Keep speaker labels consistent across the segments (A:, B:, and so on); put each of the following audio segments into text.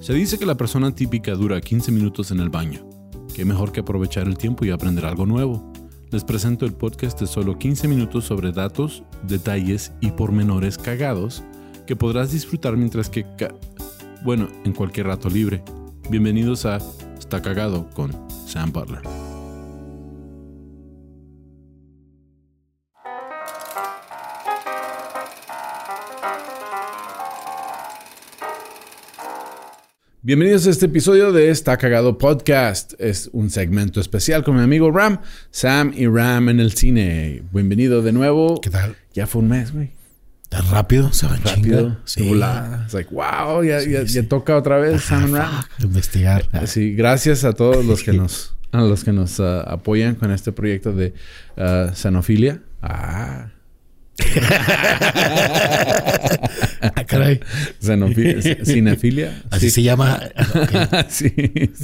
A: Se dice que la persona típica dura 15 minutos en el baño. Qué mejor que aprovechar el tiempo y aprender algo nuevo. Les presento el podcast de solo 15 minutos sobre datos, detalles y pormenores cagados que podrás disfrutar mientras que... ca- bueno, en cualquier rato libre. Bienvenidos a Está cagado con Sam Butler. Bienvenidos a este episodio de Está Cagado Podcast. Es un segmento especial con mi amigo Ram, Sam y Ram en el cine. Bienvenido de nuevo.
B: ¿Qué tal?
A: Ya fue un mes, güey.
B: ¿Tan rápido? ¿Se van
A: Rápido.
B: chinga?
A: Sí. It's like, wow, ya, ya- ya toca otra vez Sam and Ram.
B: Fuck, Investigar.
A: Sí, gracias a todos los que nos, a los que nos ah, apoyan con este proyecto de ah, Sanofilia. Ah,
B: Ah, caray.
A: Sanofi- Cinefilia.
B: Así se llama. Ok.
A: Sí, sí.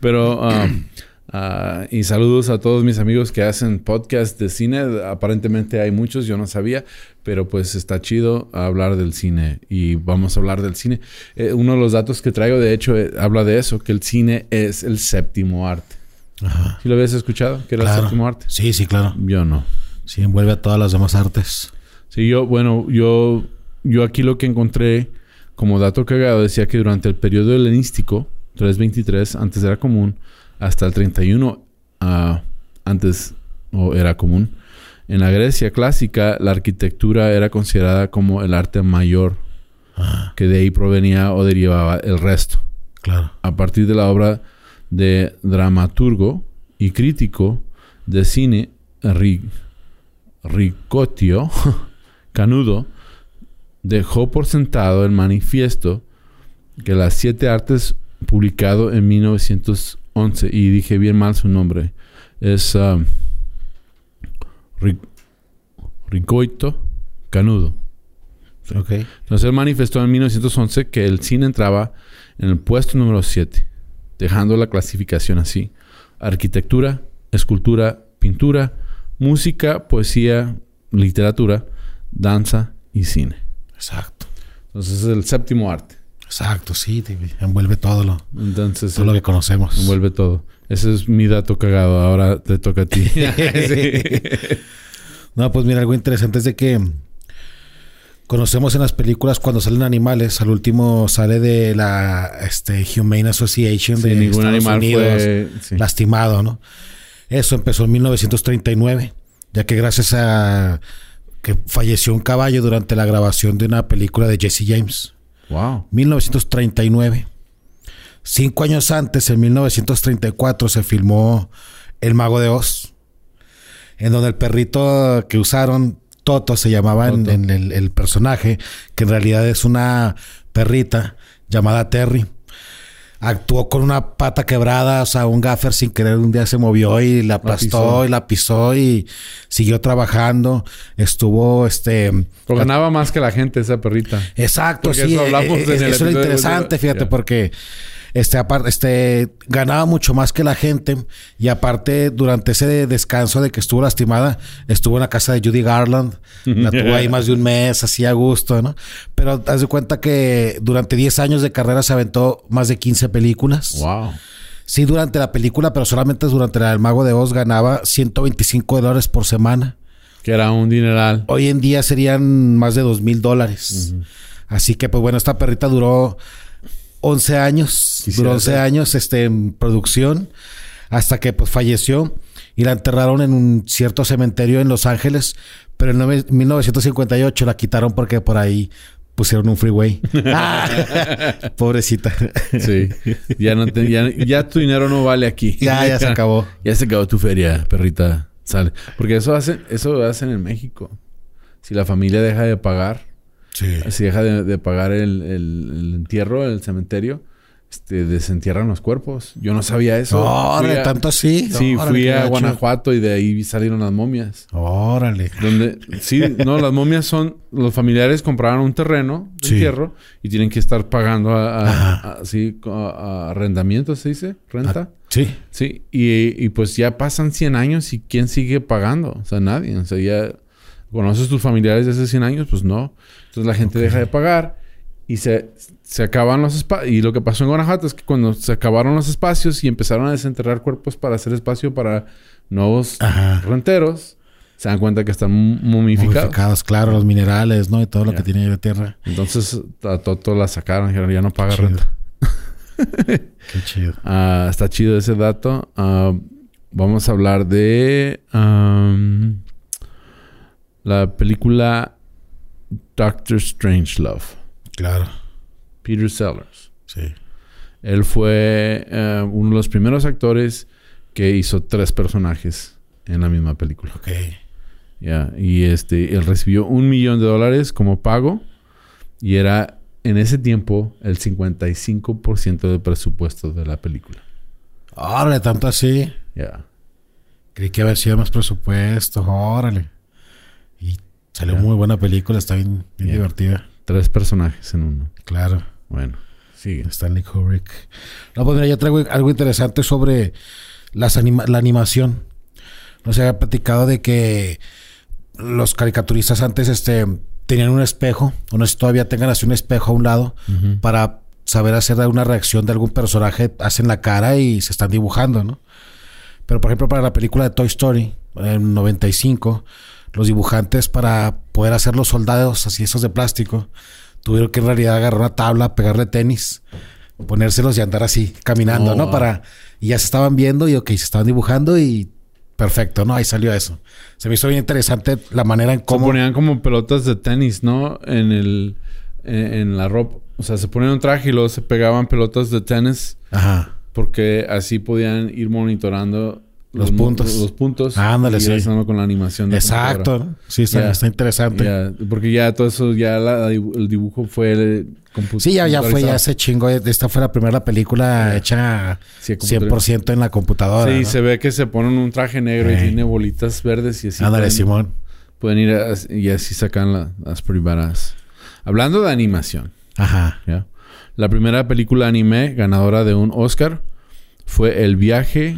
A: Pero, um, ah, y saludos a todos mis amigos que hacen podcast de cine. Aparentemente hay muchos, yo no sabía, pero pues está chido hablar del cine y vamos a hablar del cine. Eh, uno de los datos que traigo, de hecho, eh, habla de eso, que el cine es el séptimo arte.
B: Ajá.
A: ¿Sí lo habías escuchado? Que era el
B: Claro.
A: séptimo arte.
B: Sí, sí, claro.
A: Yo no.
B: Sí, envuelve a todas las demás artes.
A: Sí, yo, bueno, yo, yo aquí lo que encontré como dato cagado decía que durante el periodo helenístico, 323, antes era común, hasta el 31, ah, antes o era común. En la Grecia clásica, la arquitectura era considerada como el arte mayor,
B: Ajá,
A: que de ahí provenía o derivaba el resto
B: claro.
A: a partir de la obra de dramaturgo y crítico de cine Ri- Ricotio Canudo, dejó por sentado el manifiesto que las siete artes publicado en 1911, y dije bien mal su nombre, es um, Ri- Ricoito Canudo.
B: Ok.
A: Entonces él manifestó en 1911 que el cine entraba en el puesto número 7, dejando la clasificación así. Arquitectura, escultura, pintura, música, poesía, literatura, danza y cine.
B: Exacto.
A: Entonces es el séptimo arte.
B: Exacto, sí. te- envuelve todo lo,
A: Entonces
B: todo lo que conocemos.
A: envuelve todo. Ese es mi dato cagado. Ahora te toca a ti. Sí.
B: No, pues mira, algo interesante es de que conocemos en las películas cuando salen animales. Al último sale de la este, Humane Association de
A: Sí, ningún
B: Estados
A: animal
B: Unidos.
A: fue... sí.
B: lastimado, ¿no? Eso empezó en 1939, ya que gracias a que falleció un caballo durante la grabación de una película de Jesse James.
A: Wow.
B: 1939. Cinco años antes, en 1934, se filmó El Mago de Oz, en donde el perrito que usaron, Toto se llamaba en-
A: Toto.
B: en el, el personaje, que en realidad es una perrita llamada Terry. Actuó con una pata quebrada, o sea, un gaffer sin querer un día se movió y la aplastó
A: pisó.
B: y la pisó y siguió trabajando. Estuvo, este...
A: Pero ganaba más que la gente esa perrita.
B: Exacto,
A: Porque
B: sí.
A: eso hablamos
B: eh,
A: en el
B: eh, eso era
A: episodio de
B: interesante,
A: Bolívar.
B: fíjate,
A: Ya.
B: porque este, aparte, este, ganaba mucho más que la gente. Y aparte, durante ese descanso de que estuvo lastimada, estuvo en la casa de Judy Garland. La tuvo ahí más de un mes, así a gusto, ¿no? Pero haz de cuenta que durante 10 años de carrera se aventó más de 15 películas.
A: Wow.
B: Sí, durante la película, pero solamente durante la del Mago de Oz ganaba 125 dólares por semana
A: Que era un dineral.
B: hoy en día serían más de dos mil dólares. Así que, pues bueno, esta perrita duró 11 años.
A: Quisiera
B: duró 11
A: ser.
B: años este, en producción hasta que pues falleció y la enterraron en un cierto cementerio en Los Ángeles. Pero en nove- 1958 la quitaron porque por ahí pusieron un freeway. Ah, Pobrecita.
A: Sí. Ya, no te- ya, ya tu dinero no vale aquí.
B: ya, ya se acabó.
A: Ya se acabó tu feria, perrita. Sale. Porque eso hacen, eso lo hacen en México. Si la familia deja de pagar,
B: Sí.
A: si deja de, de pagar el, el- el entierro, el cementerio, este, desentierran los cuerpos. Yo no sabía eso. Fui
B: Órale,
A: a-
B: tanto así.
A: Sí,
B: Órale,
A: fui
B: qué
A: a
B: gacho.
A: Guanajuato y de ahí salieron las momias.
B: Órale.
A: Donde, sí, no, las momias son, los familiares compraron un terreno de
B: Sí.
A: entierro y tienen que estar pagando a, a-
B: Ajá.
A: a- sí, a- a arrendamiento, se dice, renta.
B: Ah, Sí.
A: Sí, y, y pues ya pasan 100 años y ¿quién sigue pagando? O sea, nadie. O sea, ya conoces tus familiares de hace 100 años, pues no. Entonces la gente deja de pagar Y se, se acaban los espacios. Y lo que pasó en Guanajuato es que cuando se acabaron los espacios y empezaron a desenterrar cuerpos para hacer espacio para nuevos
B: Ajá.
A: renteros, se dan cuenta que están momificados.
B: Momificados, claro, los minerales, ¿no? Y todo lo
A: Ya.
B: que tiene la tierra.
A: Entonces a Toto la sacaron, dijeron, ya no paga
B: Chido.
A: renta.
B: Qué chido.
A: Ah, está chido ese dato. Ah, vamos a hablar de am, la película Doctor Strangelove,
B: Claro,
A: Peter Sellers.
B: sí.
A: Él fue eh, uno de los primeros actores que hizo tres personajes en la misma película.
B: Ok.
A: Ya, Y este, él recibió un millón de dólares como pago y era en ese tiempo el 55% del presupuesto de la película.
B: Órale, tanto así.
A: Ya.
B: Creí que haber sido más presupuesto. Órale. Y salió muy buena película. Está bien, bien
A: Ya.
B: divertida.
A: Tres personajes en uno.
B: Claro.
A: Bueno, sigue.
B: Stanley Kubrick. No, pues mira, yo traigo algo interesante sobre las anima- la animación. No se había platicado de que los caricaturistas antes este, tenían un espejo, o no sé si todavía tengan así un espejo a un lado, para saber hacer una reacción de algún personaje, hacen la cara y se están dibujando, ¿no? Pero por ejemplo, para la película de Toy Story, en 95, los dibujantes para poder hacer los soldados así esos de plástico, tuvieron que en realidad agarrar una tabla, pegarle tenis, ponérselos y andar así, caminando,
A: Oh,
B: ¿no?
A: wow.
B: Para, y ya se estaban viendo y ok, se estaban dibujando y perfecto, ¿no? Ahí salió eso. Se me hizo bien interesante la manera en
A: Se
B: cómo...
A: ponían como pelotas de tenis, ¿no? En el... En, en la ropa. O sea, se ponían un traje y luego se pegaban pelotas de tenis
B: Ajá.
A: porque así podían ir monitorando...
B: Los
A: mo-
B: puntos.
A: Los puntos.
B: Ándale,
A: y ir
B: sí.
A: haciendo con la animación. de
B: Exacto. ¿no? Sí, está,
A: Ya.
B: está interesante.
A: computadora. Ya, porque ya todo eso, ya la- el dibujo fue el compu-
B: Sí, ya, ya fue, ya
A: computarizado.
B: se chingó. eh, Esta fue la primera película hecha
A: Sí, computarizado.
B: 100% en la computadora.
A: Sí,
B: ¿no?
A: se ve que se ponen un traje negro y
B: Ey.
A: tiene bolitas verdes y así.
B: Ándale,
A: pueden-
B: Simón.
A: Pueden ir a- y así sacan la- las privadas. Hablando de animación,
B: Ajá.
A: ¿ya? La primera película anime ganadora de un Oscar fue El viaje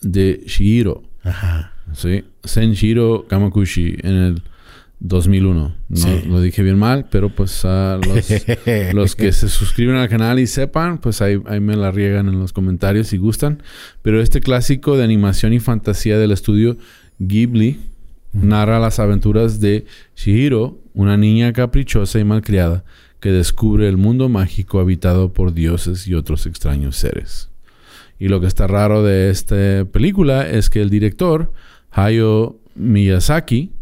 A: de Shihiro.
B: Ajá.
A: Sí, Senshiro Kamakushi en el 2001. No
B: Sí.
A: lo dije bien mal, pero pues a los, los que se suscriben al canal y sepan, pues ahí, ahí me la riegan en los comentarios si gustan. Pero este clásico de animación y fantasía del estudio Ghibli narra las aventuras de Shihiro, una niña caprichosa y malcriada que descubre el mundo mágico habitado por dioses y otros extraños seres. Y lo que está raro de esta película es que el director, Hayao Miyazaki,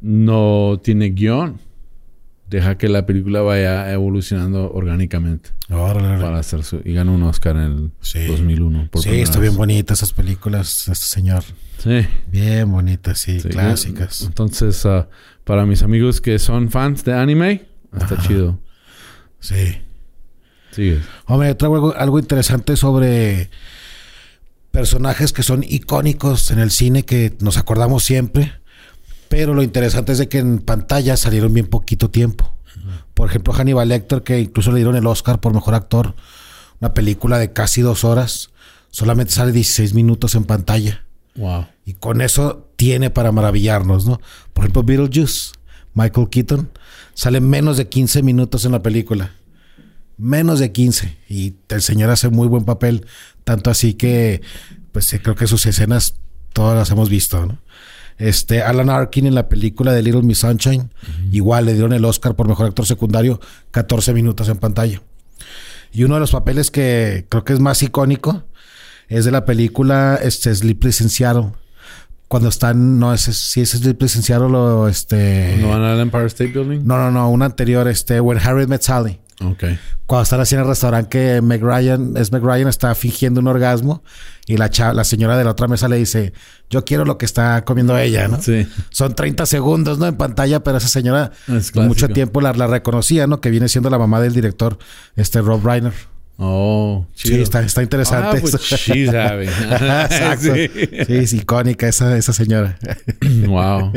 A: no tiene guión. Deja que la película vaya evolucionando orgánicamente
B: Órale, órale.
A: para hacer su... Y ganó un Oscar en el
B: Sí.
A: 2001. por
B: Sí,
A: primera
B: está bien
A: vez.
B: bonita esas películas, este señor.
A: Sí.
B: Bien bonitas, sí,
A: Sí,
B: clásicas.
A: yo- Entonces, ah, para mis amigos que son fans de anime, está chido.
B: Sí.
A: Sigue.
B: Hombre, yo traigo algo, algo interesante sobre personajes que son icónicos en el cine que nos acordamos siempre. Pero lo interesante es de que en pantalla salieron bien poquito tiempo. Por ejemplo, Hannibal Lecter, que incluso le dieron el Oscar por mejor actor, una película de casi dos horas, solamente sale 16 minutos en pantalla.
A: Wow.
B: Y con eso tiene para maravillarnos, ¿no? Por ejemplo, Beetlejuice, Michael Keaton, sale menos de 15 minutos en la película. Menos de 15. Y el señor hace muy buen papel. Tanto así que, pues sí, creo que sus escenas todas las hemos visto, ¿no? Este, Alan Arkin en la película de Little Miss Sunshine, igual le dieron el Oscar por mejor actor secundario, 14 minutos en pantalla. Y uno de los papeles que creo que es más icónico es de la película este, Sleepless in Seattle. Cuando están, no, es, si es Sleepless in Seattle o este.
A: ¿No
B: No,
A: van al Empire State Building?
B: no, no, una anterior, este, When Harriet Met Sally
A: Ok.
B: cuando están así en el restaurante que Meg Ryan, es Meg Ryan, está fingiendo un orgasmo y la, cha- la señora de la otra mesa le dice, yo quiero lo que está comiendo ella, ¿no?
A: Sí.
B: Son 30 segundos, ¿no? En pantalla, pero esa señora
A: Es clásico.
B: mucho tiempo la, la reconocía, ¿no? Que viene siendo la mamá del director, este Rob Reiner.
A: Oh,
B: Sí,
A: chido.
B: está, está interesante.
A: Ah, pues
B: eso.
A: sí sabe.
B: Exacto.
A: Sí.
B: Sí. es icónica esa, esa señora.
A: Wow.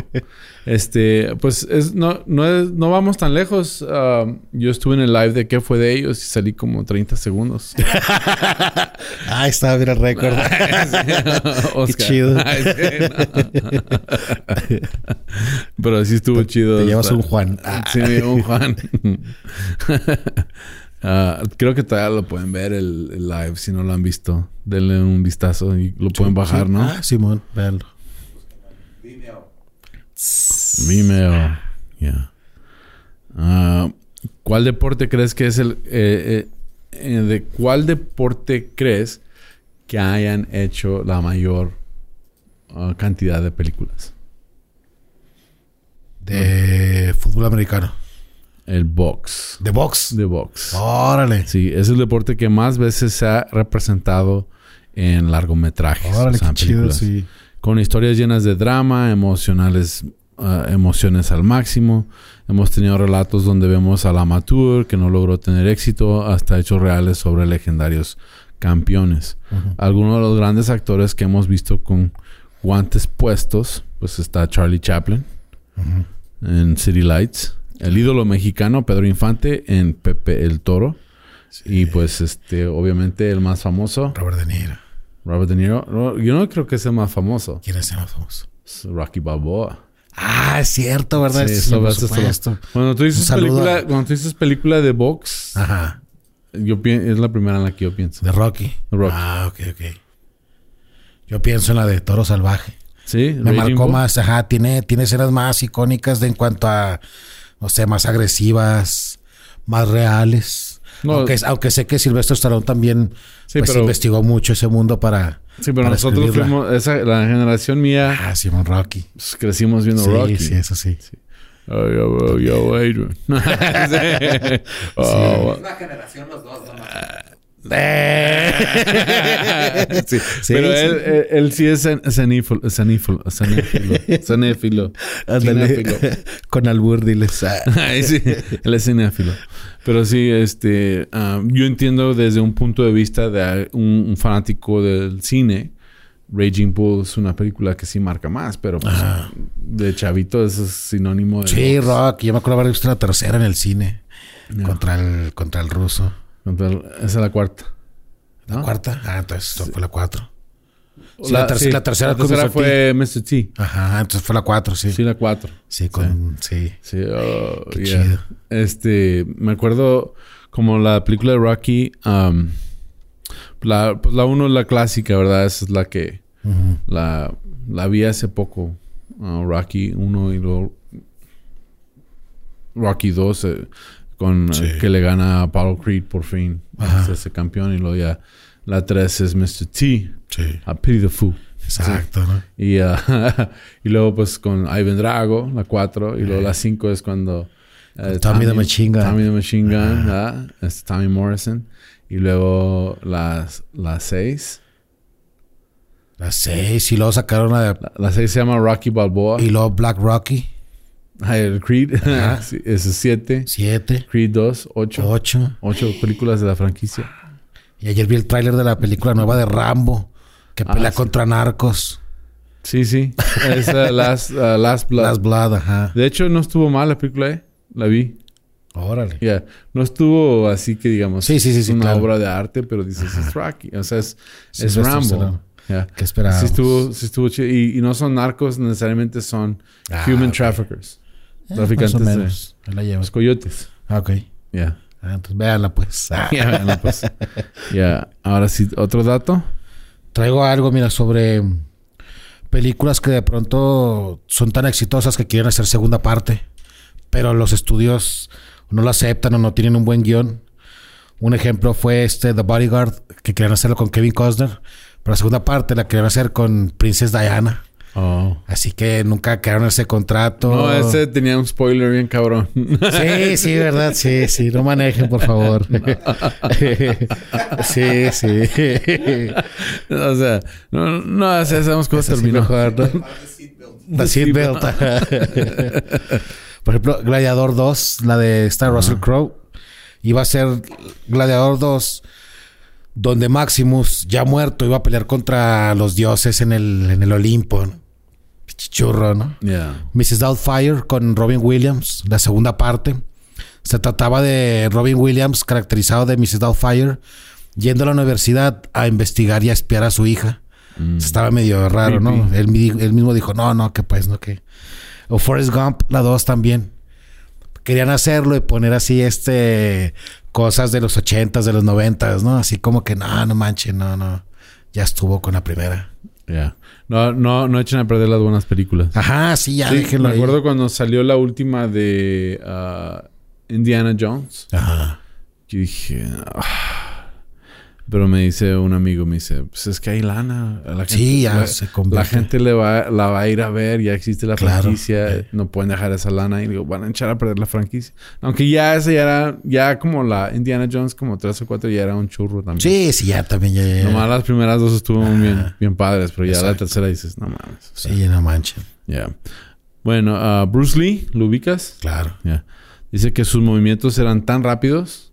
A: Este, pues es, no, no, es- no vamos tan lejos. Ah, yo estuve en el live de qué fue de ellos y salí como 30 segundos.
B: Ahí está, mira el récord.
A: Oscar.
B: chido.
A: Ay, sí, no. Pero sí estuvo chido.
B: Te llevas
A: Oscar.
B: un Juan. Ah,
A: Sí, me llevo un Juan. Ah, creo que todavía lo pueden ver el, el live si no lo han visto. Denle un vistazo y lo pueden bajar,
B: sí.
A: ¿no?
B: Ah, Simón, véanlo.
A: Vimeo. Ya. Ah, ¿Cuál deporte crees que es el... eh, eh, eh, ¿De cuál deporte crees que hayan hecho la mayor ah, cantidad de películas?
B: De fútbol americano.
A: El box.
B: De box.
A: De box.
B: Órale.
A: Sí, es el deporte que más veces se ha representado en largometrajes.
B: Órale,
A: o sea,
B: qué
A: en
B: chido,
A: películas.
B: sí.
A: con historias llenas de drama, emocionales, ah, emociones al máximo. Hemos tenido relatos donde vemos al amateur que no logró tener éxito, hasta hechos reales sobre legendarios campeones. Algunos de los grandes actores que hemos visto con guantes puestos, pues está Charlie Chaplin en City Lights, el ídolo mexicano Pedro Infante en Pepe el Toro. Y pues este, obviamente el más famoso,
B: Robert De Niro.
A: Robert De Niro. No, Yo no creo que sea más famoso.
B: ¿Quién es el más famoso?
A: Es Rocky Balboa.
B: Ah, es cierto, ¿verdad?
A: Sí,
B: Sí,
A: eso,
B: por
A: eso, eso.
B: supuesto.
A: Cuando tú dices
B: Un saludo
A: película,
B: a-
A: cuando tú dices película de box,
B: Ajá.
A: yo pien- es la primera en la que yo pienso.
B: De Rocky.
A: De Rocky.
B: Ah, ok, ok. Yo pienso en la de Toro Salvaje.
A: Sí,
B: Me
A: Raging
B: marcó
A: Bull.
B: más, ajá, tiene, tiene escenas más icónicas de en cuanto a, no sé, más agresivas, más reales.
A: No.
B: Aunque, aunque sé que Silvestre Stallone también
A: Sí,
B: pues,
A: pero-
B: investigó mucho ese mundo para.
A: Sí, pero
B: para
A: nosotros
B: escribirla.
A: fuimos, esa, la generación mía,
B: Ah, Simón Rocky.
A: pues, crecimos viendo
B: sí,
A: Rocky.
B: sí, eso sí.
A: Oh, yo, yo, yo, Adrian. Sí. Oh,
C: Una generación los dos, no más.
A: sí.
B: Eh. Sí,
A: pero
B: sí.
A: Él, él, él sí es cen- cenífilo, cenífilo, cenéfilo, cenéfilo, cinéfilo.
B: Con albur, diles. ah.
A: Ay, sí, él es cinéfilo. Pero sí, este, ah, yo entiendo desde un punto de vista de un, un fanático del cine. Raging Bull es una película que sí marca más, pero pues, de chavito eso es sinónimo de
B: Sí, Rocky. Yo me acuerdo haber visto la tercera en el cine. Contra, el, contra el ruso.
A: Contra el- Esa es la cuarta.
B: ¿La cuarta? Ah, entonces fue la cuatro. Sí,
A: la,
B: la, ter-
A: sí,
B: la tercera,
A: la
B: con
A: tercera
B: Mr. T.
A: fue Mr. T.
B: Ajá, entonces fue la cuatro, sí.
A: Sí,
B: Sí,
A: la cuatro.
B: con. Sí.
A: Sí, oh,
B: Qué
A: yeah.
B: chido.
A: Este, me acuerdo como la película de Rocky, um, la, pues la uno es la clásica, ¿verdad? Esa es la que
B: Ujú.
A: la, la vi hace poco. uh, Rocky 1 y luego Rocky 2 eh, con eh,
B: Sí.
A: que le gana a Apollo Creed por fin.
B: Ajá.
A: Es ese campeón y luego ya la 3 es Mr. T,
B: Sí.
A: a Pity the Fool.
B: Exacto, ¿no?
A: Y, ah, y luego pues con Ivan Drago, la 4. Y luego la 5 es cuando... eh,
B: Tommy the Machine Gun. Ah.
A: Tommy the Machine Gun, ¿verdad? Es Tommy Morrison. Y luego las- la 6.
B: La seis. Y luego sacaron la de.
A: la 6 se llama Rocky Balboa.
B: Y luego Black Rocky.
A: Ah, el Creed. Sí, ese es 7.
B: Siete.
A: Creed 2, 8.
B: Ocho.
A: 8 películas de la franquicia.
B: Y ayer vi el tráiler de la película nueva de Rambo. Que
A: Ah,
B: pelea
A: sí.
B: contra narcos.
A: Sí, sí. Es uh, Last, uh, Last Blood.
B: Las Blood, ajá.
A: De hecho, no estuvo mal la película, ¿eh? La vi.
B: Órale.
A: Ya, No estuvo así que digamos.
B: Sí, sí, sí,
A: Es
B: sí,
A: una
B: claro.
A: obra de arte, pero dices, es Rocky. O sea, es,
B: Sí,
A: es
B: Sylvester
A: Rambo.
B: Stallone.
A: Ya.
B: ¿Qué Eh, esperábamos?
A: Sí estuvo,
B: pues.
A: sí estuvo chido. Y, y no son narcos, necesariamente son
B: Ah,
A: human
B: ok.
A: traffickers.
B: Eh,
A: traficantes
B: más o
A: de-
B: menos. Ahí la
A: Los
B: llevas.
A: coyotes.
B: Ah, ok.
A: Ya.
B: Ah, entonces véanla, pues. Ah.
A: Ya, bueno, pues, ya. Ahora sí, otro dato.
B: Traigo algo, mira, sobre películas que de pronto son tan exitosas que quieren hacer segunda parte, pero los estudios no lo aceptan o no tienen un buen guión. Un ejemplo fue este The Bodyguard, que querían hacerlo con Kevin Costner, pero la segunda parte la querían hacer con Princess Diana.
A: Oh.
B: Así que nunca quedaron ese contrato.
A: No, ese tenía un spoiler bien cabrón.
B: Sí, sí, verdad, sí, sí, no manejen, por favor. Sí, sí.
A: o sea, no, no, o sea, sabemos cómo
B: Así
A: terminó.
B: mejor, ¿no?
C: Par de seatbelt.
B: La seatbelt. Por ejemplo, Gladiador 2, la de Star Russell Crowe, iba a ser Gladiador 2, donde Maximus, ya muerto, iba a pelear contra los dioses en el, en el Olimpo. ¿no? Pinche Churro, ¿no?
A: Yeah.
B: Mrs. Doubtfire con Robin Williams, la segunda parte. Se trataba de Robin Williams, caracterizado de Mrs. Doubtfire, yendo a la universidad a investigar y a espiar a su hija. Estaba medio raro, ¿no?
A: Creepy.
B: Él, mi- él mismo dijo, no, no, que pues, no, que... O Forrest Gump, la 2 también. Querían hacerlo y poner así, este... Cosas de los ochentas, de los noventas, ¿no? Así como que, no, no manches, no, no. Ya estuvo con la primera.
A: Yeah. No, no, no echen a perder las buenas películas.
B: Ajá, sí, ya
A: Sí,
B: déjenlo
A: me
B: ahí.
A: acuerdo cuando salió la última de ah, Indiana Jones.
B: Ajá.
A: Yo dije. "Ah". Pero me dice un amigo, me dice, pues es que hay lana. A La
B: Sí, ya
A: la-
B: se convierte.
A: La gente le va, la va a ir a ver, ya existe la
B: Claro. Eh.
A: franquicia, no pueden dejar esa lana. Y digo, van a echar a perder la franquicia. Aunque ya esa ya era, ya como la Indiana Jones, como tres o cuatro, ya era un churro también.
B: Sí, sí, ya también, ya, ya, ya.
A: Nomás las primeras dos estuvieron bien,
B: Ajá.
A: bien padres, pero ya la
B: Exacto.
A: tercera dices, no mames. o sea,
B: Sí, no manches.
A: ya. Bueno, ah, Bruce Lee, ¿lo ubicas?
B: Claro.
A: Ya. Dice que sus movimientos eran tan rápidos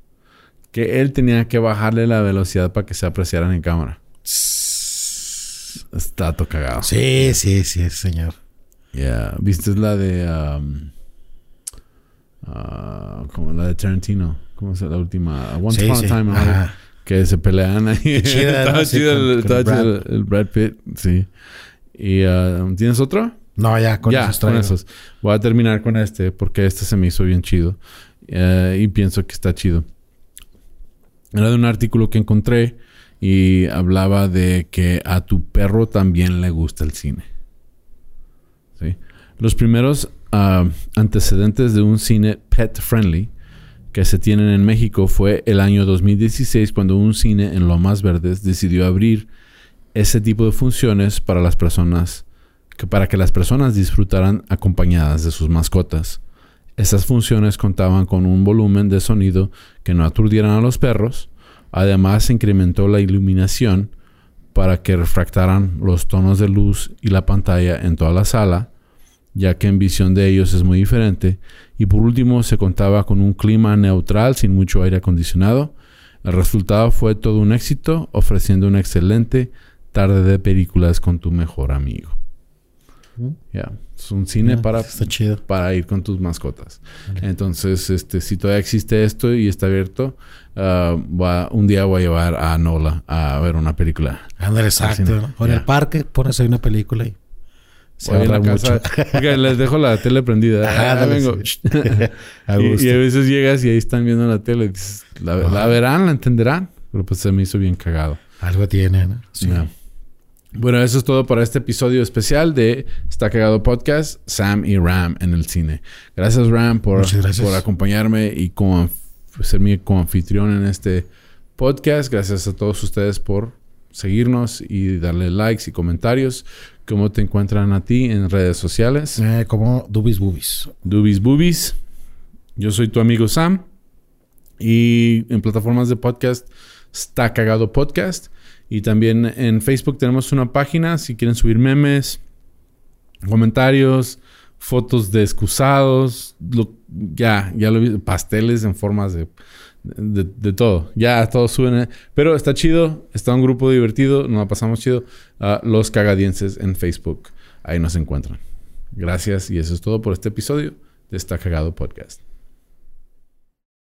A: que él tenía que bajarle la velocidad para que se apreciaran en cámara.
B: Sí,
A: Está todo cagado.
B: sí, sí, señor.
A: Ya. ¿Viste la de. um, ah, como la de Tarantino? ¿Cómo es la última? Once
B: sí,
A: Upon
B: sí.
A: a Time. in Hollywood.
B: Ajá.
A: Que se pelean ahí.
B: chida,
A: estaba
B: ¿no? Sí,
A: chido,
B: con-
A: el,
B: con
A: estaba
B: Brad.
A: chido el- el Brad Pitt. Sí. ¿Y ah, tienes otro?
B: No, ya, con
A: ya,
B: esos
A: con
B: traigo.
A: esos. Voy a terminar con este porque este se me hizo bien chido eh, y pienso que está chido. Era de un artículo que encontré y hablaba de que a tu perro también le gusta el cine. ¿Sí? Los primeros ah, antecedentes de un cine pet friendly que se tienen en México fue el año 2016 cuando un cine en Lomas Verdes decidió abrir ese tipo de funciones para las personas que para que las personas disfrutaran acompañadas de sus mascotas. Estas funciones contaban con un volumen de sonido que no aturdieran a los perros. Además, se incrementó la iluminación para que refractaran los tonos de luz y la pantalla en toda la sala, ya que en visión de ellos es muy diferente. Y por último, se contaba con un clima neutral sin mucho aire acondicionado. El resultado fue todo un éxito, ofreciendo una excelente tarde de películas con tu mejor amigo. Ya, es un cine
B: Ah,
A: para
B: Está chido.
A: para ir con tus mascotas. Entonces, este, si todavía existe esto y está abierto, ah, va, un día voy a llevar a Nola a ver una película.
B: Ándale, exacto.
A: cine.
B: ¿no? O en
A: Ya.
B: el parque pones ahí una película y se
A: Voy en la
B: ahorra mucho.
A: casa- porque les dejo la tele prendida.
B: Ajá,
A: Ah,
B: ándale,
A: vengo.
B: sí. A
A: y,
B: gusto.
A: y a veces llegas y ahí están viendo la tele. y dices, La, la
B: Ajá.
A: verán, la entenderán. Pero pues se me hizo bien cagado.
B: Algo tiene, ¿no? Sí.
A: Ya. Bueno, eso es todo para este episodio especial de Está Cagado Podcast, Sam y Ram en el cine. Gracias, Ram, por,
B: Muchas gracias.
A: por acompañarme y con, ser mi coanfitrión en este podcast. Gracias a todos ustedes por seguirnos y darle likes y comentarios. ¿Cómo te encuentran a ti en redes sociales?
B: Eh, como Dubis Bubis.
A: Dubis Boobies. Yo soy tu amigo Sam. Y en plataformas de podcast está cagado podcast. Y también en Facebook tenemos una página si quieren subir memes, comentarios, fotos de excusados, lo- ya, ya lo vi, pasteles en formas de, de, de todo. Ya todos suben. eh. Pero está chido, está un grupo divertido, nos la pasamos chido. Ah, los cagadienses en Facebook, ahí nos encuentran. Gracias y eso es todo por este episodio de Está Cagado Podcast.